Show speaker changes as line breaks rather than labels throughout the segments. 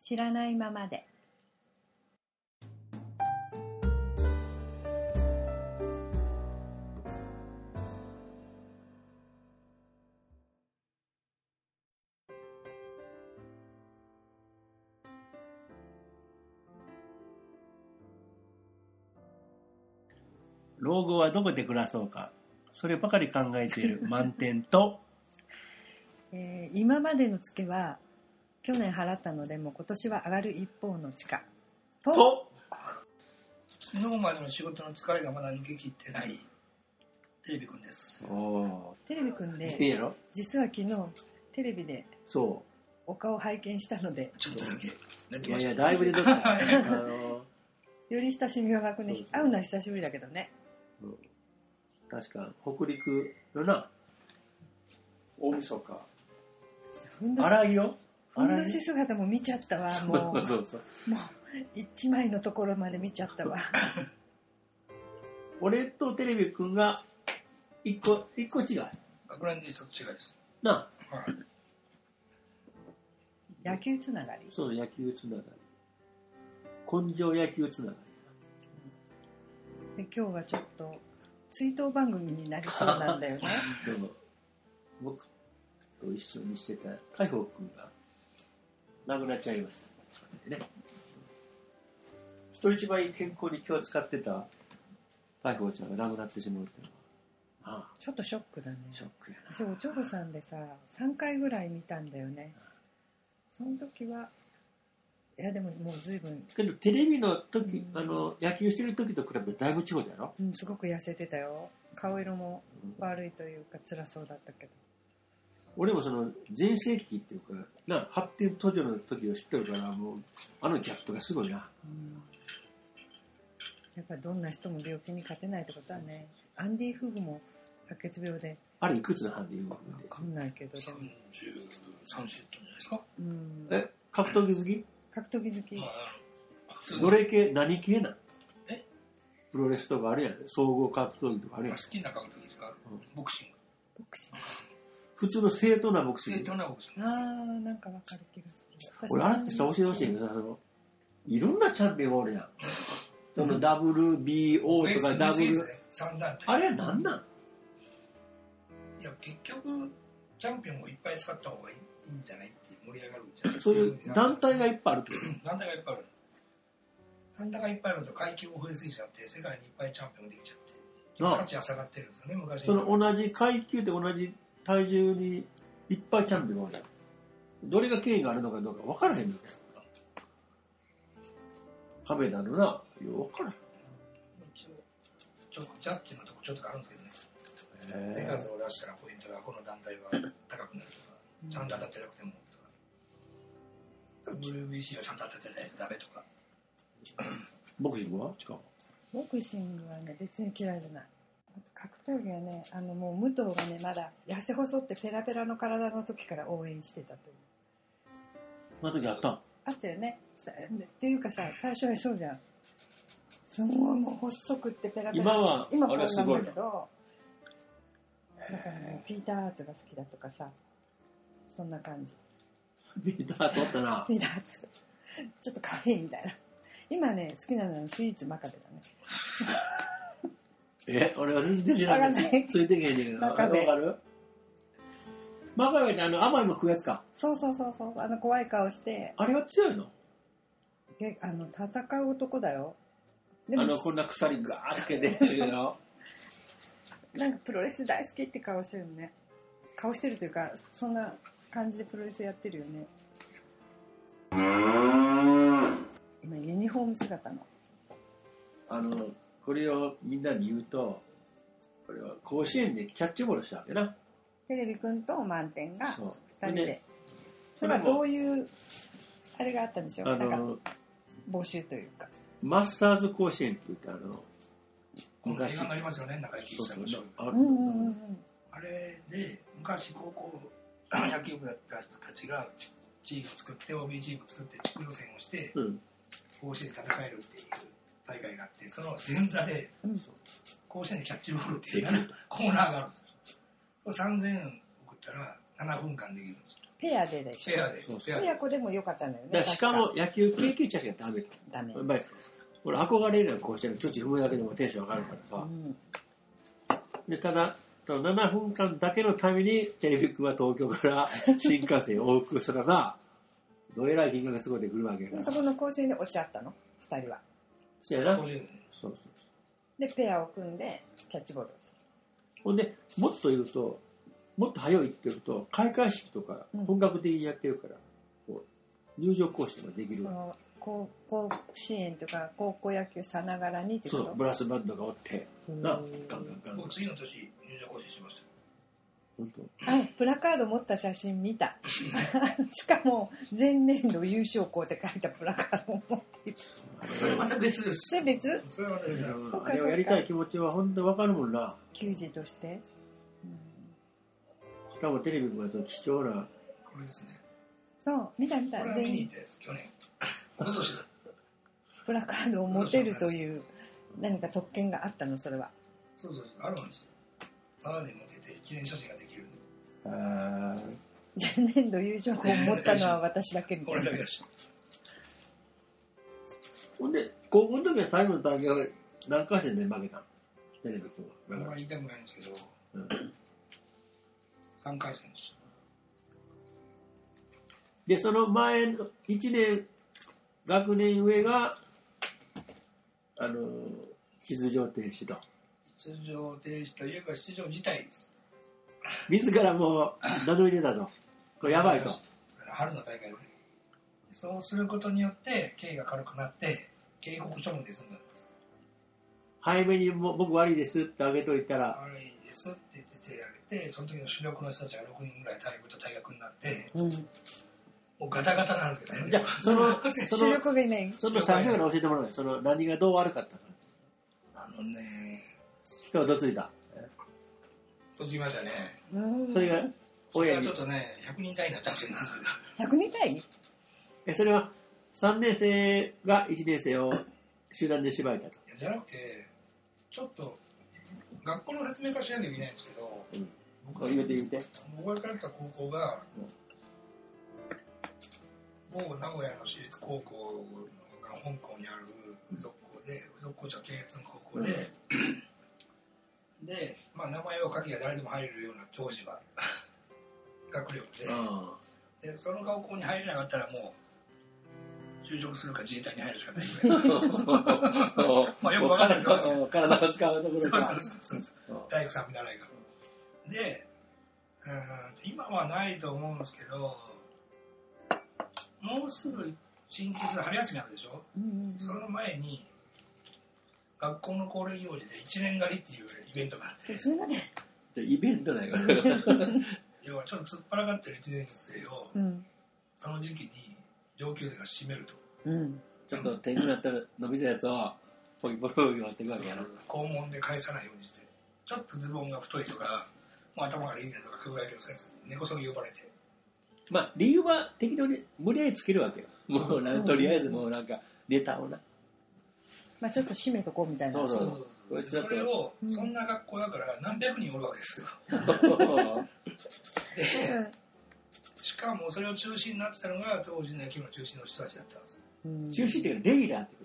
知らないままで
老後はどこで暮らそうかそればかり考えている満点と
えー今までのツケは去年払ったのでもう今年は上がる一方の地価と
と
昨日までの仕事の疲れがまだ抜けきってないテレビくんです
おお
テレビくん
ーいい
で
やろ
実は昨日テレビで
そ
お顔を拝見したので
ちょっとだけ
う
寝
い
て
やい
ました
やだいぶ出とった あの
より親しみが湧くね
そうそう
会うのは久しぶりだけどね
うん確か北陸のな大晦日
ふんどし
荒井よ
ふん
荒
どし
井
姿も見ちゃったわも
そう
う
そうそう
もう一枚のところまで見ちゃったわ
俺とテレビくんが一個一個違い
学年で一つ違いです、
な
はい、
野球つながり
そう野球つながり根性野球つなが
で今日はちょっと追悼番組になりそうなんだよね
りでも僕と一緒にしてた大鵬くんが亡くなっちゃいましたね人一倍健康に気を使ってた大鵬ちゃんが亡くなってしまうっていうのはあ
ちょっとショックだね
あショックやな
私おちょぼさんでさ3回ぐらい見たんだよねその時はいやでももう随分、
けどテレビの時、
うん
あの野球してる時と比べてだいぶ違うだろ、
うん、すごく痩せてたよ顔色も
うん
悪いというか辛そうだったけど
俺もその全盛期っていうかな発展途上の時を知ってるからもうあのギャップがすごいな
うんやっぱりどんな人も病気に勝てないってことはねアンディ・フグも白血病で
あれいくつの班で言うの
分かんないけどでも、
33セットじゃないですか
うん、
え格闘技好き
格闘技好き
はい
どれ系何系なん
え
プロレスとかあるやん総合格闘技とかあるやん
好きな格闘技ですか
うん
ボクシング
ボクシング
普通の正当なボクシ
正
ング
当なボクシング
あーなんかわかる気がする私
俺あれってさ教えてほしいけどさあのいろんなチャンピオンがおるやんその WBO
ベー
と
ス
か W
3団体
あれは何なん
いや結局チャンピオンをいっぱい使った方がいいいいんじゃないって盛り上がるんじゃない
そういう団体がいっぱいあるってこ
うん団体がいっぱいある団体がいっぱいあると階級も増えすぎちゃって世界にいっぱいチャンピオンができちゃって
となあ
価値は下がってるんですよね昔
その同じ階級で同じ体重にいっぱいキャンピオンがある。どれが権威があるのかどうか分からへんのよ。亀なのな、よう分から
一応ちょっとジャッジのとこちょっとあるんですけどね
へん。
手数を出したらポイントがこの団体は高くなるとかちゃんと当たってなくてもとか WBC をちゃんと当たってないとダメとか
ボクシングは違う。
ボクシングはね別に嫌いじゃないあと格闘技はねあのもう武藤がねまだ痩せ細ってペラペラの体の時から応援してたという
その時あったん
あったよねさっていうかさ最初はそうじゃんすごいもう細くってペラペラ
今は
今こ
あ
んな
れは
ん
すごい
だけどだからねピーター・アーツが好きだとかさそんな感じ
ビーター取ったな。
ピーター・アーツちょっと可愛いみたいな今ね好きなのはスイーツ真壁だね
え、俺は全然知ら
わかんな
ない。
い
ついてけへんねんけど。わ
真
か
壁
るマカベってあの甘いもん食うやつか。
そうそうそうそうあの怖い顔して
あれは強いの
であの戦う男だよでも
あの、こんな鎖ガーッつけてるよ。
なんかプロレス大好きって顔してるよね顔してるというかそんな感じでプロレスやってるよね今ユニフォーム姿の
あの、これをみんなに言うと、これは甲子園でキャッチボールしたわけな。
テレビくんと満点が
そう
2人で
で
それは
それも
どういうあれがあったんでしょ
あ
うなんか
の、
募集というか
マスターズ甲子園って言って、あの、
この映
昔、
画
そ
になりますよね中井貴
う
一さ
そ
ん
う
の勝
あ
負、
うんうんうんうん
あれで昔高校野球部だった人たちがチチーム作って OB チーム作って地区予選をして
うん、
甲子園で戦えるっていう大会があってその前座で
うん
甲子園でキャッチボールっていうコーナーがあるんですよそれ3000円送ったら7分間できるんですよ
ペアででしょ
ペアで
そうそう
ペアで
親子でもよかったんだよね
だからしかも野球経験者しかダメだ。
確かダメ
やっぱり、俺憧れるやん、こうしてる。土踏むだけでもテンション上がるから
う
さ。
ん
で、ただ、ただ7分間だけのために、テレビ局は東京から 新幹線を往復すらな、どえらい金額がすごいでくるわけやから。
そ
そ
この甲子園で落ち合ったの2人は
うやな。そ
そうういう
そうそう。
でペアを組んでキャッチボールをす
ほんで、もっと言うと、もっと早いって言うと、開会式とか
うん
本格的にやってるから、こう入場講師とかでき
る
る
そ
わ
の高校支援というか高校野球さながらにって
け。
こ
そ
と
う、ブラスバンドがおって、な、ガンガ
うん
ンガンガン
僕。次の年入場講師しましたよ
ほんと
あプラカード持った写真見 たしかも前年度優勝校って書いたプラカードを持っていて
それまた別です
それ別
それはまた別です
そっか
あれをやりたい気持ちは本当にわかるもんな。
球児として、うん
しかもテレビもその貴重な、
これですね
そう見た見た
これは見
全
に行
員
ったやつ去年おととしだ
プラカードを持てるという何か特権があったのそれは
そうそうあるんですよただで持ってて記念写真ができるんで
前年度優勝校を持ったのは私だけみたい
俺
な
だけだし
ほんで、高校の時は最後の大会は何回戦で負けたのテレビ君
あん
は。
まり言いたくないんですけど
うん
3回戦です
で、その前の1年、学年上が、あの、出場停止と。
出場停止というか出場自体です
自らもう、名乗り出たと。これやばいと。
春の大会でそうすることによって刑が軽くなって警告処分で済んだんです
早めにもう僕悪いですってあげといたら、
悪いですって言って手を挙げてその時の主力の人たちが6人ぐらい退部と退学になって
うん
もうガタガタなんですけど
じゃ
ね
あその、そ
主
の、
力がいない
その最初から教えてもらうよ。その何がどう悪かったか。
あのね
人はどついた。
ときましたね
うん
それが、
それ
親
はち
に
ょっ。とね100人単位になったんですよ
102対
え、それは、3年生が1年生を集団で縛いたと。
いやじゃなくてちょっと学校の発明家しなきゃいけないんですけど
うん言うて言うて。
僕が通った高校が
うん
某名古屋の私立高校が本校にある附属校で附属校長系列の高校で、で、まあ、名前を書けば誰でも入れるような当時は学力で,、
あ
でその学校に入れなかったらもう就職するか自衛隊に入るしかないぐらい
あ。ま
まあよくわかんないけど
体を使うところ
そう
か
そう。そうそう大工さん見習いが。で、うーん今はないと思うんですけど、もうすぐ新日春休みあるでしょ、
2うん
その前に、学校の恒例行事で1年狩りっていうイベントがあって、
途中まで
イベントだよ。
要はちょっと突っ張らがってる1年生を、
うん
その時期に上級生が締めると。
うん
ちょっと手になった伸びたやつを、ポイポイポイ持っていくわけやな。
肛門で返さないようにして、ちょっとズボンが太いとか、もう頭がいいねとか、くぐられてる先生、根こそぎ呼ばれて、
まあ、理由は適当に無理やりつけるわけよ。もうなん、とりあえずもうなんか、ネタをな。
まあちょっと締めとこうみたいな
そうそう
そうそうそれを
うん
そんな学校だから何百人おるわけですよでしかもそれを中心になってたのが当時の野球の中心の人たちだったんですよ
うんうん
中止っていうか、レギュラーってこ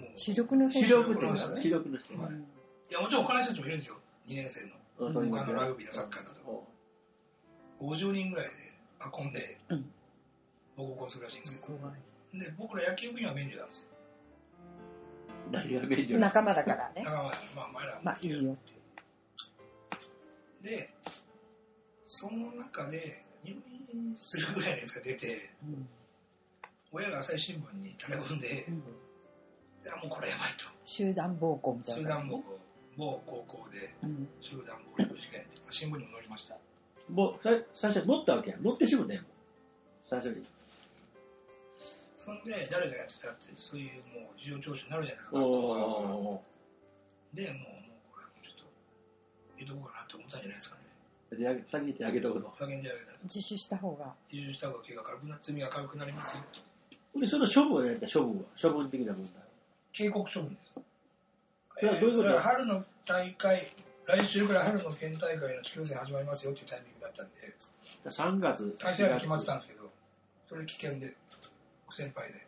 もう
主力の
と。
選手
主力っていうか、主力の人。
う
はい
ん
いやもちろん他の人たちもいるんですよ2年生の
うん
他
他のラグビーやサッカーだと50人ぐらいで囲んで
うん
僕をこうするらしいんですけ
怖
どで僕ら野球部にはメニューなんですよ
何がメイン
い
じゃない
仲間だからね
だからまあまあお前らは
まあいいよって
でその中で入院するぐらいのやつが出て
うん
親が朝日新聞に垂れ込んで
うん
いやもうこれやばいと
集団暴行みたい
集
な
団暴行某高校で
うん
集団暴力事件っていうのが新聞にも載りました
もう、さ最初持ったわけや。持ってしもたよ。最初に。
そんで誰がやってたってそういうもう事情聴取になるじゃないですか
お
学校が
お。
でもうもうこれはもうちょっと言うとこうかなと思ったんじゃないですかね
で先に言ってあげたこと。
叫んであげたら
自首した方が
移住した方が気が軽くな罪が軽くなりますよと
で、その処分はやった処分は、処分的な問題。
警告処分ですよ
いやどういうこと
えーだから春の大会来週から春の県大会の地球戦始まりますよっていうタイミングだったんで
3月、
対戦相手決まってたんですけど、それ危険で、先輩で。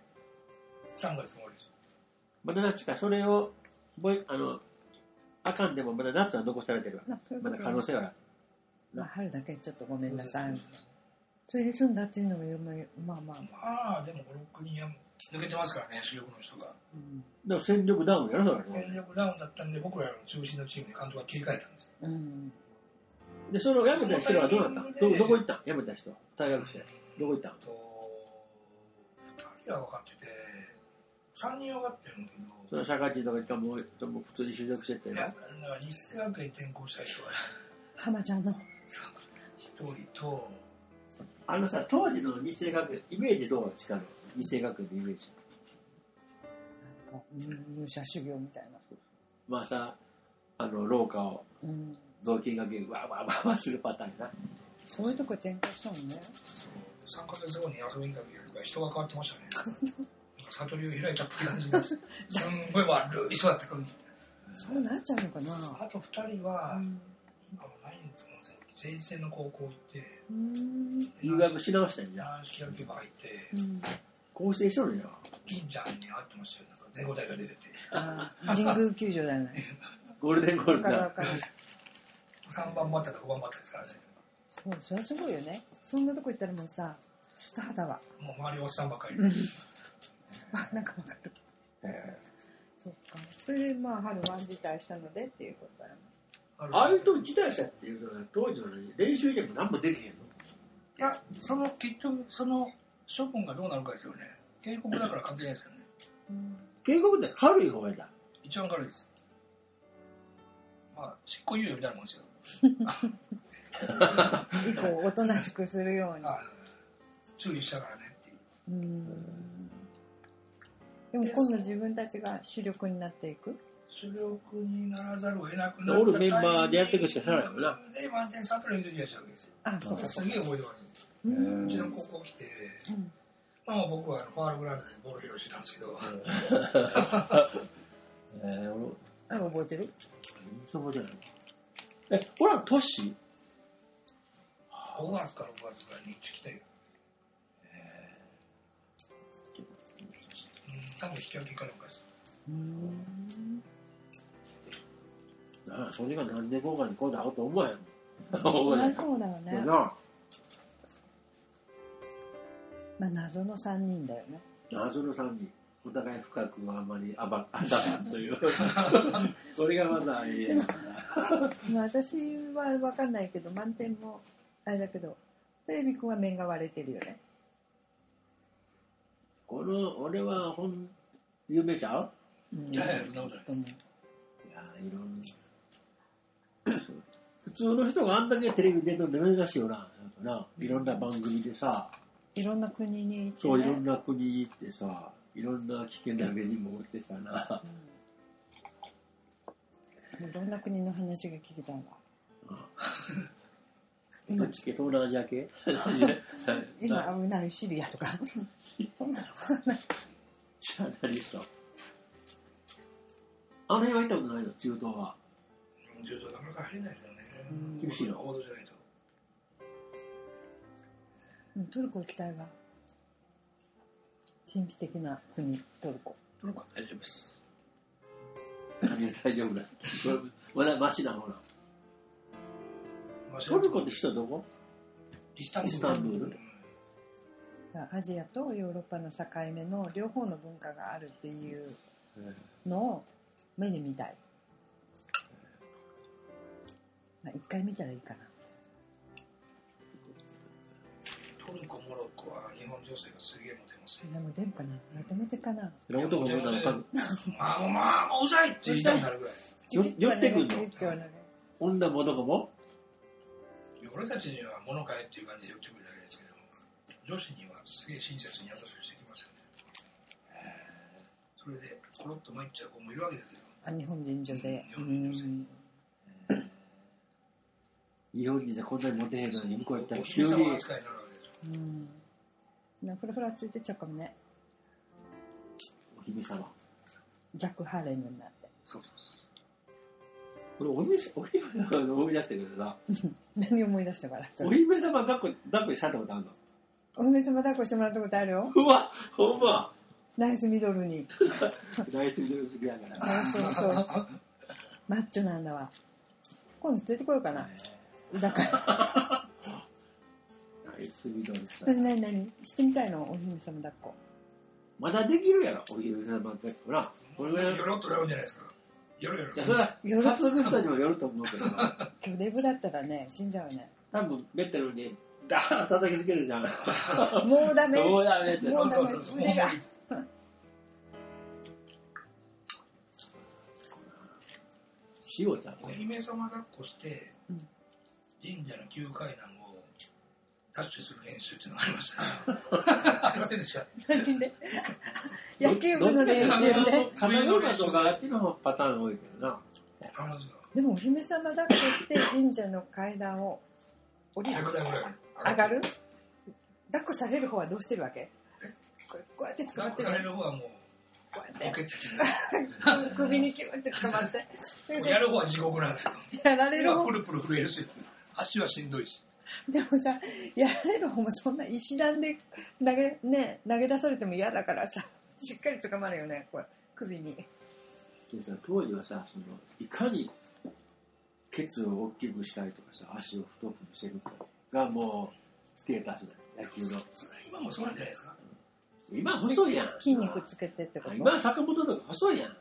3月もりです。
まだなんつうか、それを、ボイあの、あかんでもまだナッツは残されてるわけ。
なそういうこ
ま
と
だ
ね
可能性はある。
まあ、春だけちょっとごめんなさい。それで済んだっていうのがよまあまあ、
まあ、でも5、6人は抜けてますからね、主力の人が。
うん
でも戦力ダウンやろ、それは
戦力ダウンだったんで、僕らの中心のチームに監督が切り替えたんです。
うん、
で、それを辞めた人はどうなった
そのタイミング
ど
で
どこ行った辞めた人。退学して。どこ行った
と、2人は分かってて、3人は分かってるんだ
そ
け
れ
ど、
は社会人とか行ったらもう、もう普通に就職してって
い。や、だから日生学園転校した人は
浜ちゃんの
1人と、
あのさ、当時の日生学園、イメージどうですか日生学園のイメージ。
なんか、うん、入社修行みたいな、
まあさ、あの、廊下を
うん、
雑巾掛け、わーわーわーわーするパターンな。
そういうとこ転校したもんね
そう3ヶ月後に遊びに来た時は人が変わってましたね。なんか悟りを開いたって感じ です。すんごい悪い人だったのに。
そうなっちゃうのかな、
あと2人は
う、ん
今もないと思うんですよ。前線の高校行って、
うん
留学し直したんじゃん。
軟式野球部入って、
うん、
構成しとるんやわ。
金ちゃんに会ってましたよ。なんか全国大会出てて。
あー神宮球場だね
ゴールデンゴー
だ
ル
か
だ。
らわかる
3番バッターと5番バッターですからね。
そうそれはすごいよねそんなとこ行ったらもうさスターだわ
もう周りおっさんばっかり。
うんあなんかわかる
え
そっかそれでまあ春は辞退したのでっていうことだよね
あ
え
る
ああいうと辞退したっていうのは当時の練習じゃ何もできへんの
いや、その、結局、その、処分がどうなるかですよね。警告だから関係ないですよね。
うん
警告って軽い方やだ。
一番軽いです。まあ、執行猶予みたいなもんですよ。
以降おとなしくするように
ああ、注意したからねっていう。
うんでも今度自分たちが主力になっていく
主力にならざるを得なくな
おるメンバーでやっていくしかないもんな。
で、満点サプリの時やっちゃうわけですよ。
あそうかそ
す
う
げえ覚えてますよ。
う
うん
ん
うちの高校来て、
うん
まあ僕はあのファールグラウンドでボール拾いしてたんですけど、
ええ俺、
あ覚えてる
そこじゃない。え、ほら、都市
5月から5月から日中来たよ。うん、多分引き分けかなんかです。
うん
なあ、それが何年後かに今度会うと思わへんもん。
そ
思
り
わへ
ゃ
ん。
そうだよね
なあ、
まあ謎の3人だよね
謎の3人。お互い深くはあんまり暴かったという。 それがまだいいやな。
まあ私は分かんないけど満点もあれだけどテレビ君は面が割れてるよね
この、俺はほん、有名ちゃう
うん
いやいや、そんなことない
と思う
いやいろんな。そう普通の人があんだけテレビに出てるの珍しいよな。なんかな、いろんな番組でさ、
いろんな国に行って、ね、
そういろんな国行ってさ、いろんな危険な目にもおってさな。
うんいろんな国の話が聞きたいわ
ど
今
っち系東南アジア系
今危ないシリア とかそんなの
ジャーナリスト。あの辺は行ったことないの、中東は。
柔道なかなか入れないですよね
うん。
厳しいな
王道じゃないと。
うんトルコ行きたいわ神秘的な国トルコ
トルコは大丈夫です。
大丈夫だ。これまだマシな方な。
まあ
トルコって人はどこ
イスタンブール。
イスタンブール
うん
アジアとヨーロッパの境目の両方の文化があるっていうのを目で見たい、まあ、一回見たらいいかな
トルコ、モロッコは日本女性がすげえモテます
そ
ね。
れも出るかなまとめてかな
え男も女もか
まあもうまあもううざいって言いたくなるぐらい。
よ寄ってくんの
チキッとはなる
女も男も
俺たちには物買えっていう感じで言ってくるだけですけど女子にはすげえ親切に優しくしてきますよねそれでコロッと参っちゃう子もいるわけですよ
あ日本人女性
日本人女性
うん
日本人じゃこんなにモテへんのに、向こう行ったら
お
急
姫
に。
様扱いになるわけですよ
うんなフラフラついてっちゃうかもね
お姫様。
逆ハーレムになって
そうそうそう
これお姫お姫様の思い出してるけどな
何思い出したから
お姫様抱っこ抱っこしたったことあるの
お姫様抱っこしてもらったことあるよ
うわほんま
ナイスミドルに
大好き好きだから
そうそうそうマッチョなんだわ今度出てこようかなだから
大好きだから
何何何してみたいのお姫様抱っこ
まだできるやろお姫様抱っこなこれぐらい
よろっとなるんじゃないですか。よろよろ
いや。それは
よろ
担ぐ人にもよると思うけどな
今日デブだったらね死んじゃうね
多分ベッドの上にダーン叩きつけるじゃん
もうダメ
どうやめって
もうダメ
そうそうそう
腕が
しおちゃん
お
ね
姫様抱っこして
うん、
神社の旧階段をダッシュする練習っていうのがありました、ね。 ありませんでした。
何で野球部の練習
どっちかっていう
で
と神奈川とかあっちの方パターンが多いけどな
ありますよ。
でもお姫様抱っこして神社の階段を降りる
100台ぐらい
上がる抱っこされる方はどうしてるわけこうこうやって捕ま
抱っ
って
こされ
るの
る方はもう、
こうや
ポ
っ
ケ
て
ットじゃない
首にキューって捕まって
も うやる方は地獄なんですよ。
やられ
手
る
が
方
プルプル震えるし、足はしんどいし。
でもさやられる方もそんな石段で投げ,、ね、投げ出されても嫌だからさしっかり捕まるよねこう首に
でさ当時はさそのいかにケツを大きくしたりとかさ足を太くしてるかがもうステータスだよ野球の
それは今もそうなんじゃないですか。
今細いやん
筋肉つけてってこ
今
と
は坂本とか細いやん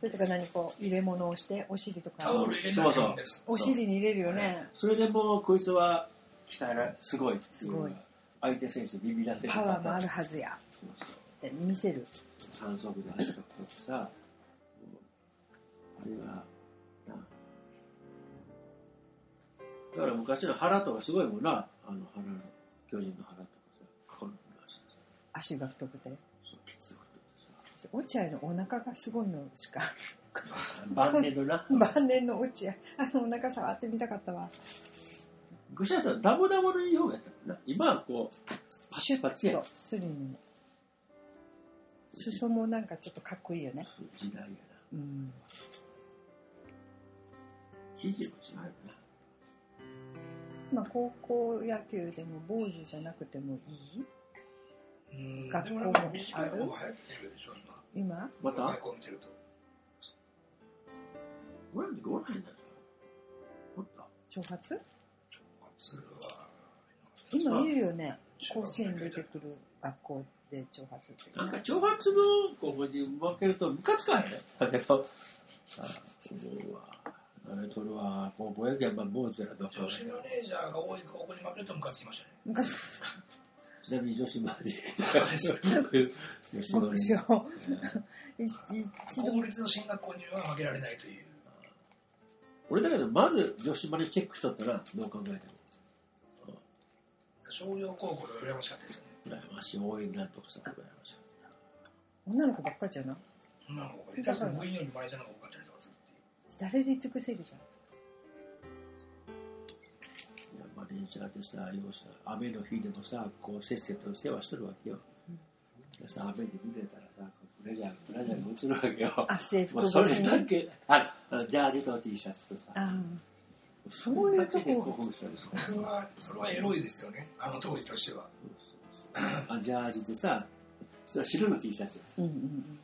それとか何こう入れ物をしてお尻と
タ
か
オル入れなきゃいいんです。
お尻に入れるよね
それでもうこいつは鍛えらすごい
すごい
相手選手ビビらせる
パワーもあるはずや
そうそう
って見せる
三足で足が太くてさもうあれがなだから昔の腹とかすごいもんなあの腹の巨人の腹とかさこんな足でさ
足が太くて
そうケツが
私
太く
落合のお腹がすごいのしか
てさ晩年のな
晩年の落合あのお腹触ってみたかったわ
昔はさダボダボのようやったもんな今はこうパ
シュ
チパチ
ッ
や
とスリム裾もなんかちょっとかっこいいよね
そう時代やな
うん
肘も違うよな
まあ、高校野球でも坊主じゃなくてもいい
うん
学
で
校
も
も
なんか短い方が流行ってるでしょ、今。
今
また
若い子見てると。
俺らの時おらへんだよおった
長髪
それは
今いるよね甲子園出てくる学校で長髪って、
なんか挑発のここに負けるとムカつかへんだけど、ああ、これは、あれ取るわ、もうぼやけやっぱ坊主やなと
女子マネージャーが多い高校に負けるとムカつきましたね。
昔
ちなみに女子まで、女子
目標い一度
公立の進学校には負けられないという。
俺だけど、まず女子までチェックしとったな、どう考えても。
商業高校とか羨ましかったですね。
羨ましい、応援なんとかさ、羨ましい。
女の子ばっかりじゃない
女の子が下手する部員よりマネージャーの方が多かったりとかするってい
誰
う。
で尽くせるじゃん
いやマネージャーでさ、ようさ、雨の日でもさ、こうせっせと世話しとるわけよ。でさ、雨に濡れたらさ、こうブレジャー、ブレジャーに映るわけよ。
あ制
ま
服
あ、そ
越
れ
し
だ
に
け、ああのジャージと T シャツとさ、
あそういうとこ
それだけで興奮したでしょ
それは、それはエロいですよね。あの当時としては。
あジャージでさ、それは白の T シャツよ
あうんうんうん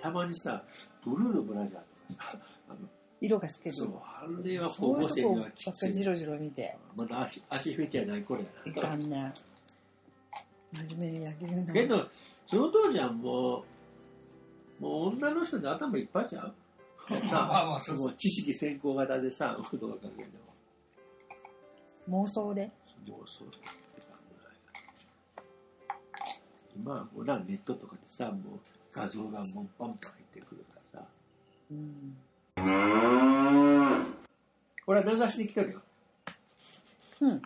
たまにさ、ブルーのブラジャーとかさ、あの
色が透ける
そ、
そう
あれは高
ういう
校
と
生
こ
に
ば
は
っ
き
か
つ
りじ
い。
ろじろ見て
まだ足、足フェチやないこれ
い
や
かんね真面目に野球
な。
の
けど、その当時はもう、もう女の人で頭いっぱいちゃう
まあまあそうそう
もう知識先行型でさ、どう考えても。
妄想で
もうそうだ今はほらネットとかでさもう画像がもうパンパン入ってくるからさ
うん
これは名指しで来てるよ
うん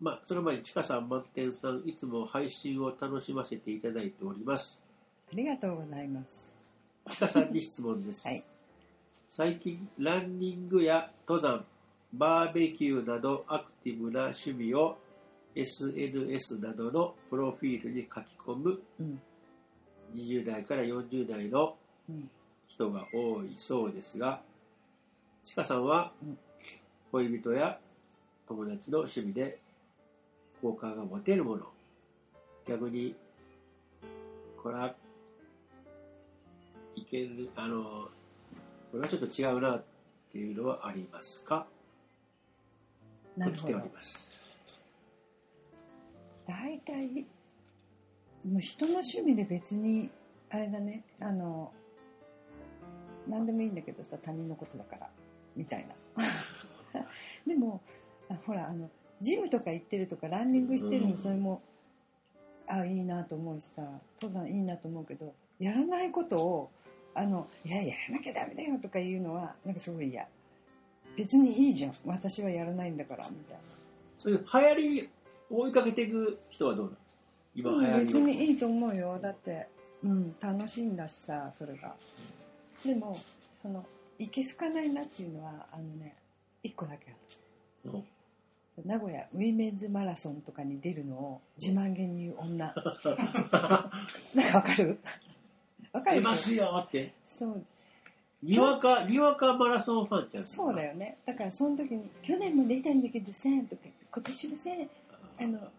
まあその前にちかさん満点さんいつも配信を楽しませていただいております
ありがとうございます
ちかさんに質問です、
はい
最近ランニングや登山バーベキューなどアクティブな趣味を SNS などのプロフィールに書き込む
うん
20代から40代の
うん
人が多いそうですがちかさんは
うん
恋人や友達の趣味で好感が持てるもの逆にこれはいけるあのこれはちょっと違うなっていうのはありますか
な
と
る
来
ほ
てお
ど
ります
大体もう人の趣味で別にあれだねあの何でもいいんだけどさ他人のことだからみたいな でもあほらあのジムとか行ってるとかランニングしてる
うん
のそれも、あいいなと思うしさ登山いいなと思うけどやらないことをあのいややらなきゃダメだよとか言うのはなんかすごい嫌別にいいじゃん私はやらないんだからみたいな
そういう流行りを追いかけていく人はどうなの今流
うん、
行り
別
を、
にいいと思うよだって、うん、楽しいんだしさそれがでもそのいけすかないなっていうのはあのね1個だけあ
うん
る名古屋ウィメンズマラソンとかに出るのを自慢げに言う 女なんかわかるわか
出
るで
ま
し
すよって
ょそう
にわかにわかマラソンファンちゃん
そうだ
よ
よねだからその時に「去年も出たんだけどさ」とか「今年もさあの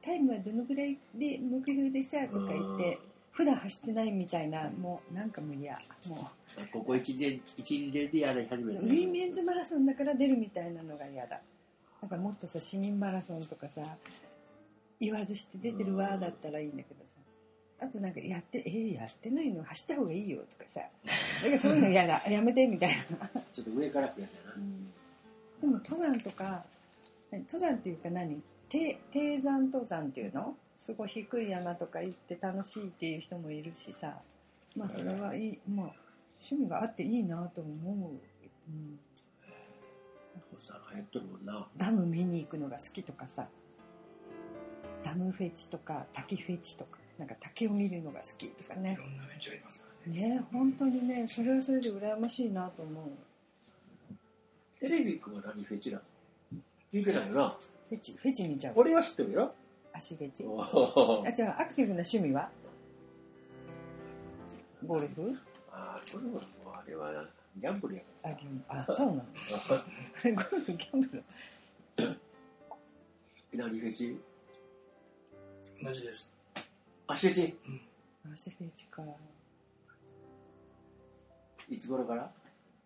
タイムはどのぐらいで目標でさ」とか言って普段走ってないみたいなもうなんかもう嫌も
うんここ1年一二年でやり始
う
め
ウ
た
ィメンズマラソンだから出るみたいなのが嫌だなんかもっとさ市民マラソンとかさ言わずして出てる
う
わ
ん
だったらいいんだけどさあとなんかやってえー、やってないの走った方がいいよとかさなんかそういうの嫌だやめてみたいな
ちょっと上から増やしたな
でも登山とか何登山っていうか何低低山登山っていうのすごい低い山とか行って楽しいっていう人もいるしさまあそれはいい、まあ、趣味があっていいなと思う、うん、
そうさ流行っとるもんな
ダム見に行くのが好きとかさダムフェチとか滝フェチとかなんか滝を見るのが好きとか
い
ね
ろんな面ちありますからね。
ね本当にねそれはそれで羨ましいなと思う
テレビくんは何フェチなの聞いてないよな
フェチフェチ見ちゃう
俺は知ってるよ
足フェチ
お
あ、
ー
じゃあ、アクティブな趣味はゴルフ
あーこれはもうあれはなギャンブルやか
あ、ギャンブル。あ、そうなの ゴルフ、ギャンブル。
ら何フェチ
同じです。
あフェチ
うん。
アシフェチか。
いつ頃から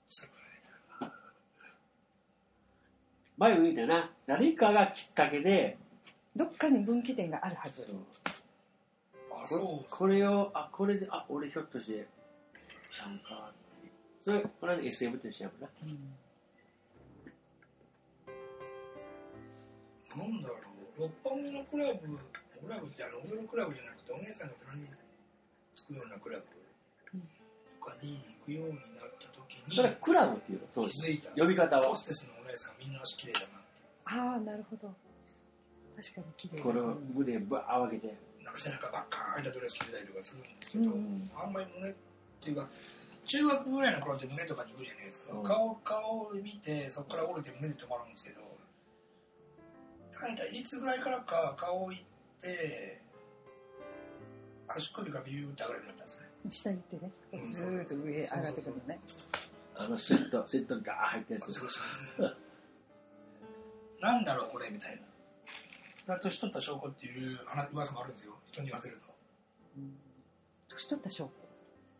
そこ
前も言うたよな何かがきっかけで
どっかに分岐点があるはず。
らあ、
これ
そう。
これをあこれであ俺ひょっとしてちゃうかってそれこれは SM ってしやもんな
うん。
なんだろう。六本木のクラブ、クラブってあの、踊るクラブじゃなくて、お姉さんが隣につくようなクラブ
うん
とかに行くようになった時に、
それはクラブっていうの当
気づ
時
いた。
呼び方
ホ
は
ステスのお姉さんみんな足綺麗だなっ
ああ、なるほど。確かに綺麗だ
こ
ね
の胸ばあ分けて
て、なんか背中ばっかり開いたドレス着てたりとかするんですけ
うんう
ど、
ん。
あんまり胸っていうか、中学ぐらいの頃って胸とかに行くじゃないですか。
うん
顔、顔を見て、そこから折れて胸で止まるんですけど、大体いつぐらいからか顔をいって、足首がビューって上がるようになったんですね。
下行ってね
う。ん
ずーっと上へ上がってくるのね。
あのセットセットガー入ったや
そう
つ
そう そうなんだろうこれみたいな。だと年取った証拠っていう話噂もあるんですよ。人に言わせると。
うん年取った証拠。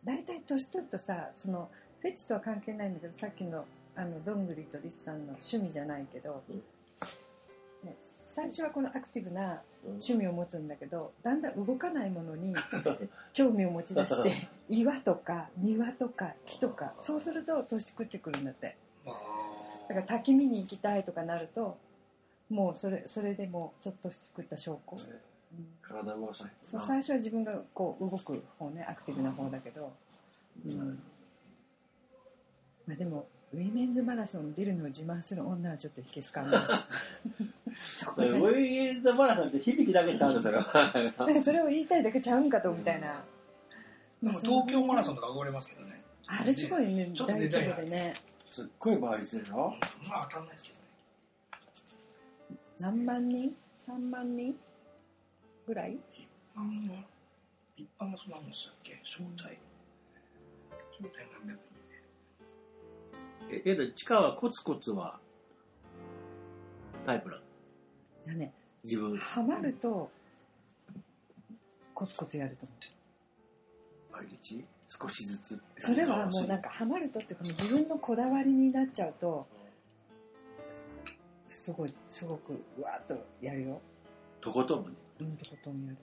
大体年取るとさ、その、フェチとは関係ないんだけど、さっきの、あの、どんぐりとリスさんの趣味じゃないけど、
うん
ね、最初はこのアクティブな
うん
趣味を持つんだけどだんだん動かないもの に興味を持ち出して 岩とか庭とか木とかそうすると年食ってくるんだって
ま
だから
あ、
滝見に行きたいとかなるともうそれそれでもうちょっと年食った証拠、うん
体もさ
そう最初は自分がこう動く方ねアクティブな方だけど、うんまあ、でもウィメンズマラソン出るのを自慢する女はちょっと引けすかんな そこ
それ
で
ウィンザマラソンって響きだけちゃうのそれは
なんかそれを言いたいだけちゃうんかとみたいな、
でも東京マラソンとか憧れますけどね。
あれすごいね、
ちょっと
大
出たい
規
な
模でね、
すっごい倍率でし
う
ょ
んまあ当たんないですけどね。
何万人 ?3 万人ぐらい
あの一般がそんなもんでしたっけ招待招待何百人で
え、けど、チカはコツコツは、タイプなの。
だね
自分。
ハマるとコツコツやると思
毎日、少しずつ。
うそれはもうなん
か。
かハマるとっていうかもう自分のこだわりになっちゃうとすごいすごくうわーっとやるよ
とことんもね。
うんとことんやる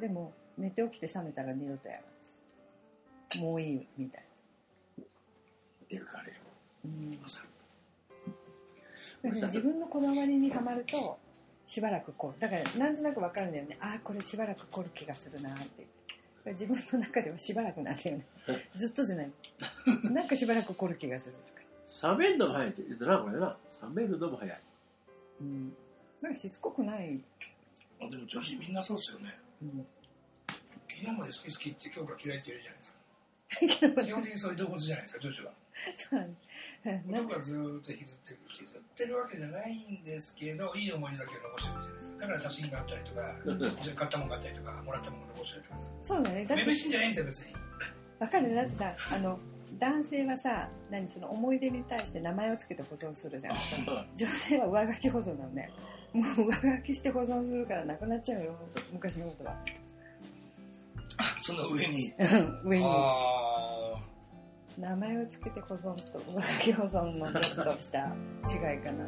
でも寝て起きて覚めたら二度とやらんもういいみたい
出るからよ。
な、うん、だ
さ
からね自分のこだわりにはまるとしばらくこうだからなんとなくわかるんだよねああこれしばらく凝る気がするなーって言ってだから自分の中ではしばらくなんだよ ねずっとじゃないなんかしばらく凝る気がするとか
冷めるのも早いって言ってたな、これな。冷めるのも早い。
うんなんかしつこくない、
まあでも女子みんなそうですよね。
うん、
昨日まで好き好きって今日から嫌いって言うじゃないですか。
け ど
基本的にそういう動物じゃないですか、女子は。
なん
男はずーっと引きずってる、引きずってるわけじゃないんですけど、いい思い出だけを残してるじゃないですか。だから写真があったりとか、一緒に買ったものがあったりとか、もらったものが残してるとかさ。
そうだねだっ
め
て
めしいんじゃないんですよ、別に。
わかるだってさあの男性はさ何その思い出に対して名前をつけて保存するじ ゃん女性は上書き保存なのねもう上書きして保存するからなくなっちゃうよ昔のことは
その上に。
うん 上に
ああ。
名前をつけて保存と上書き保存のちょっとした違いかな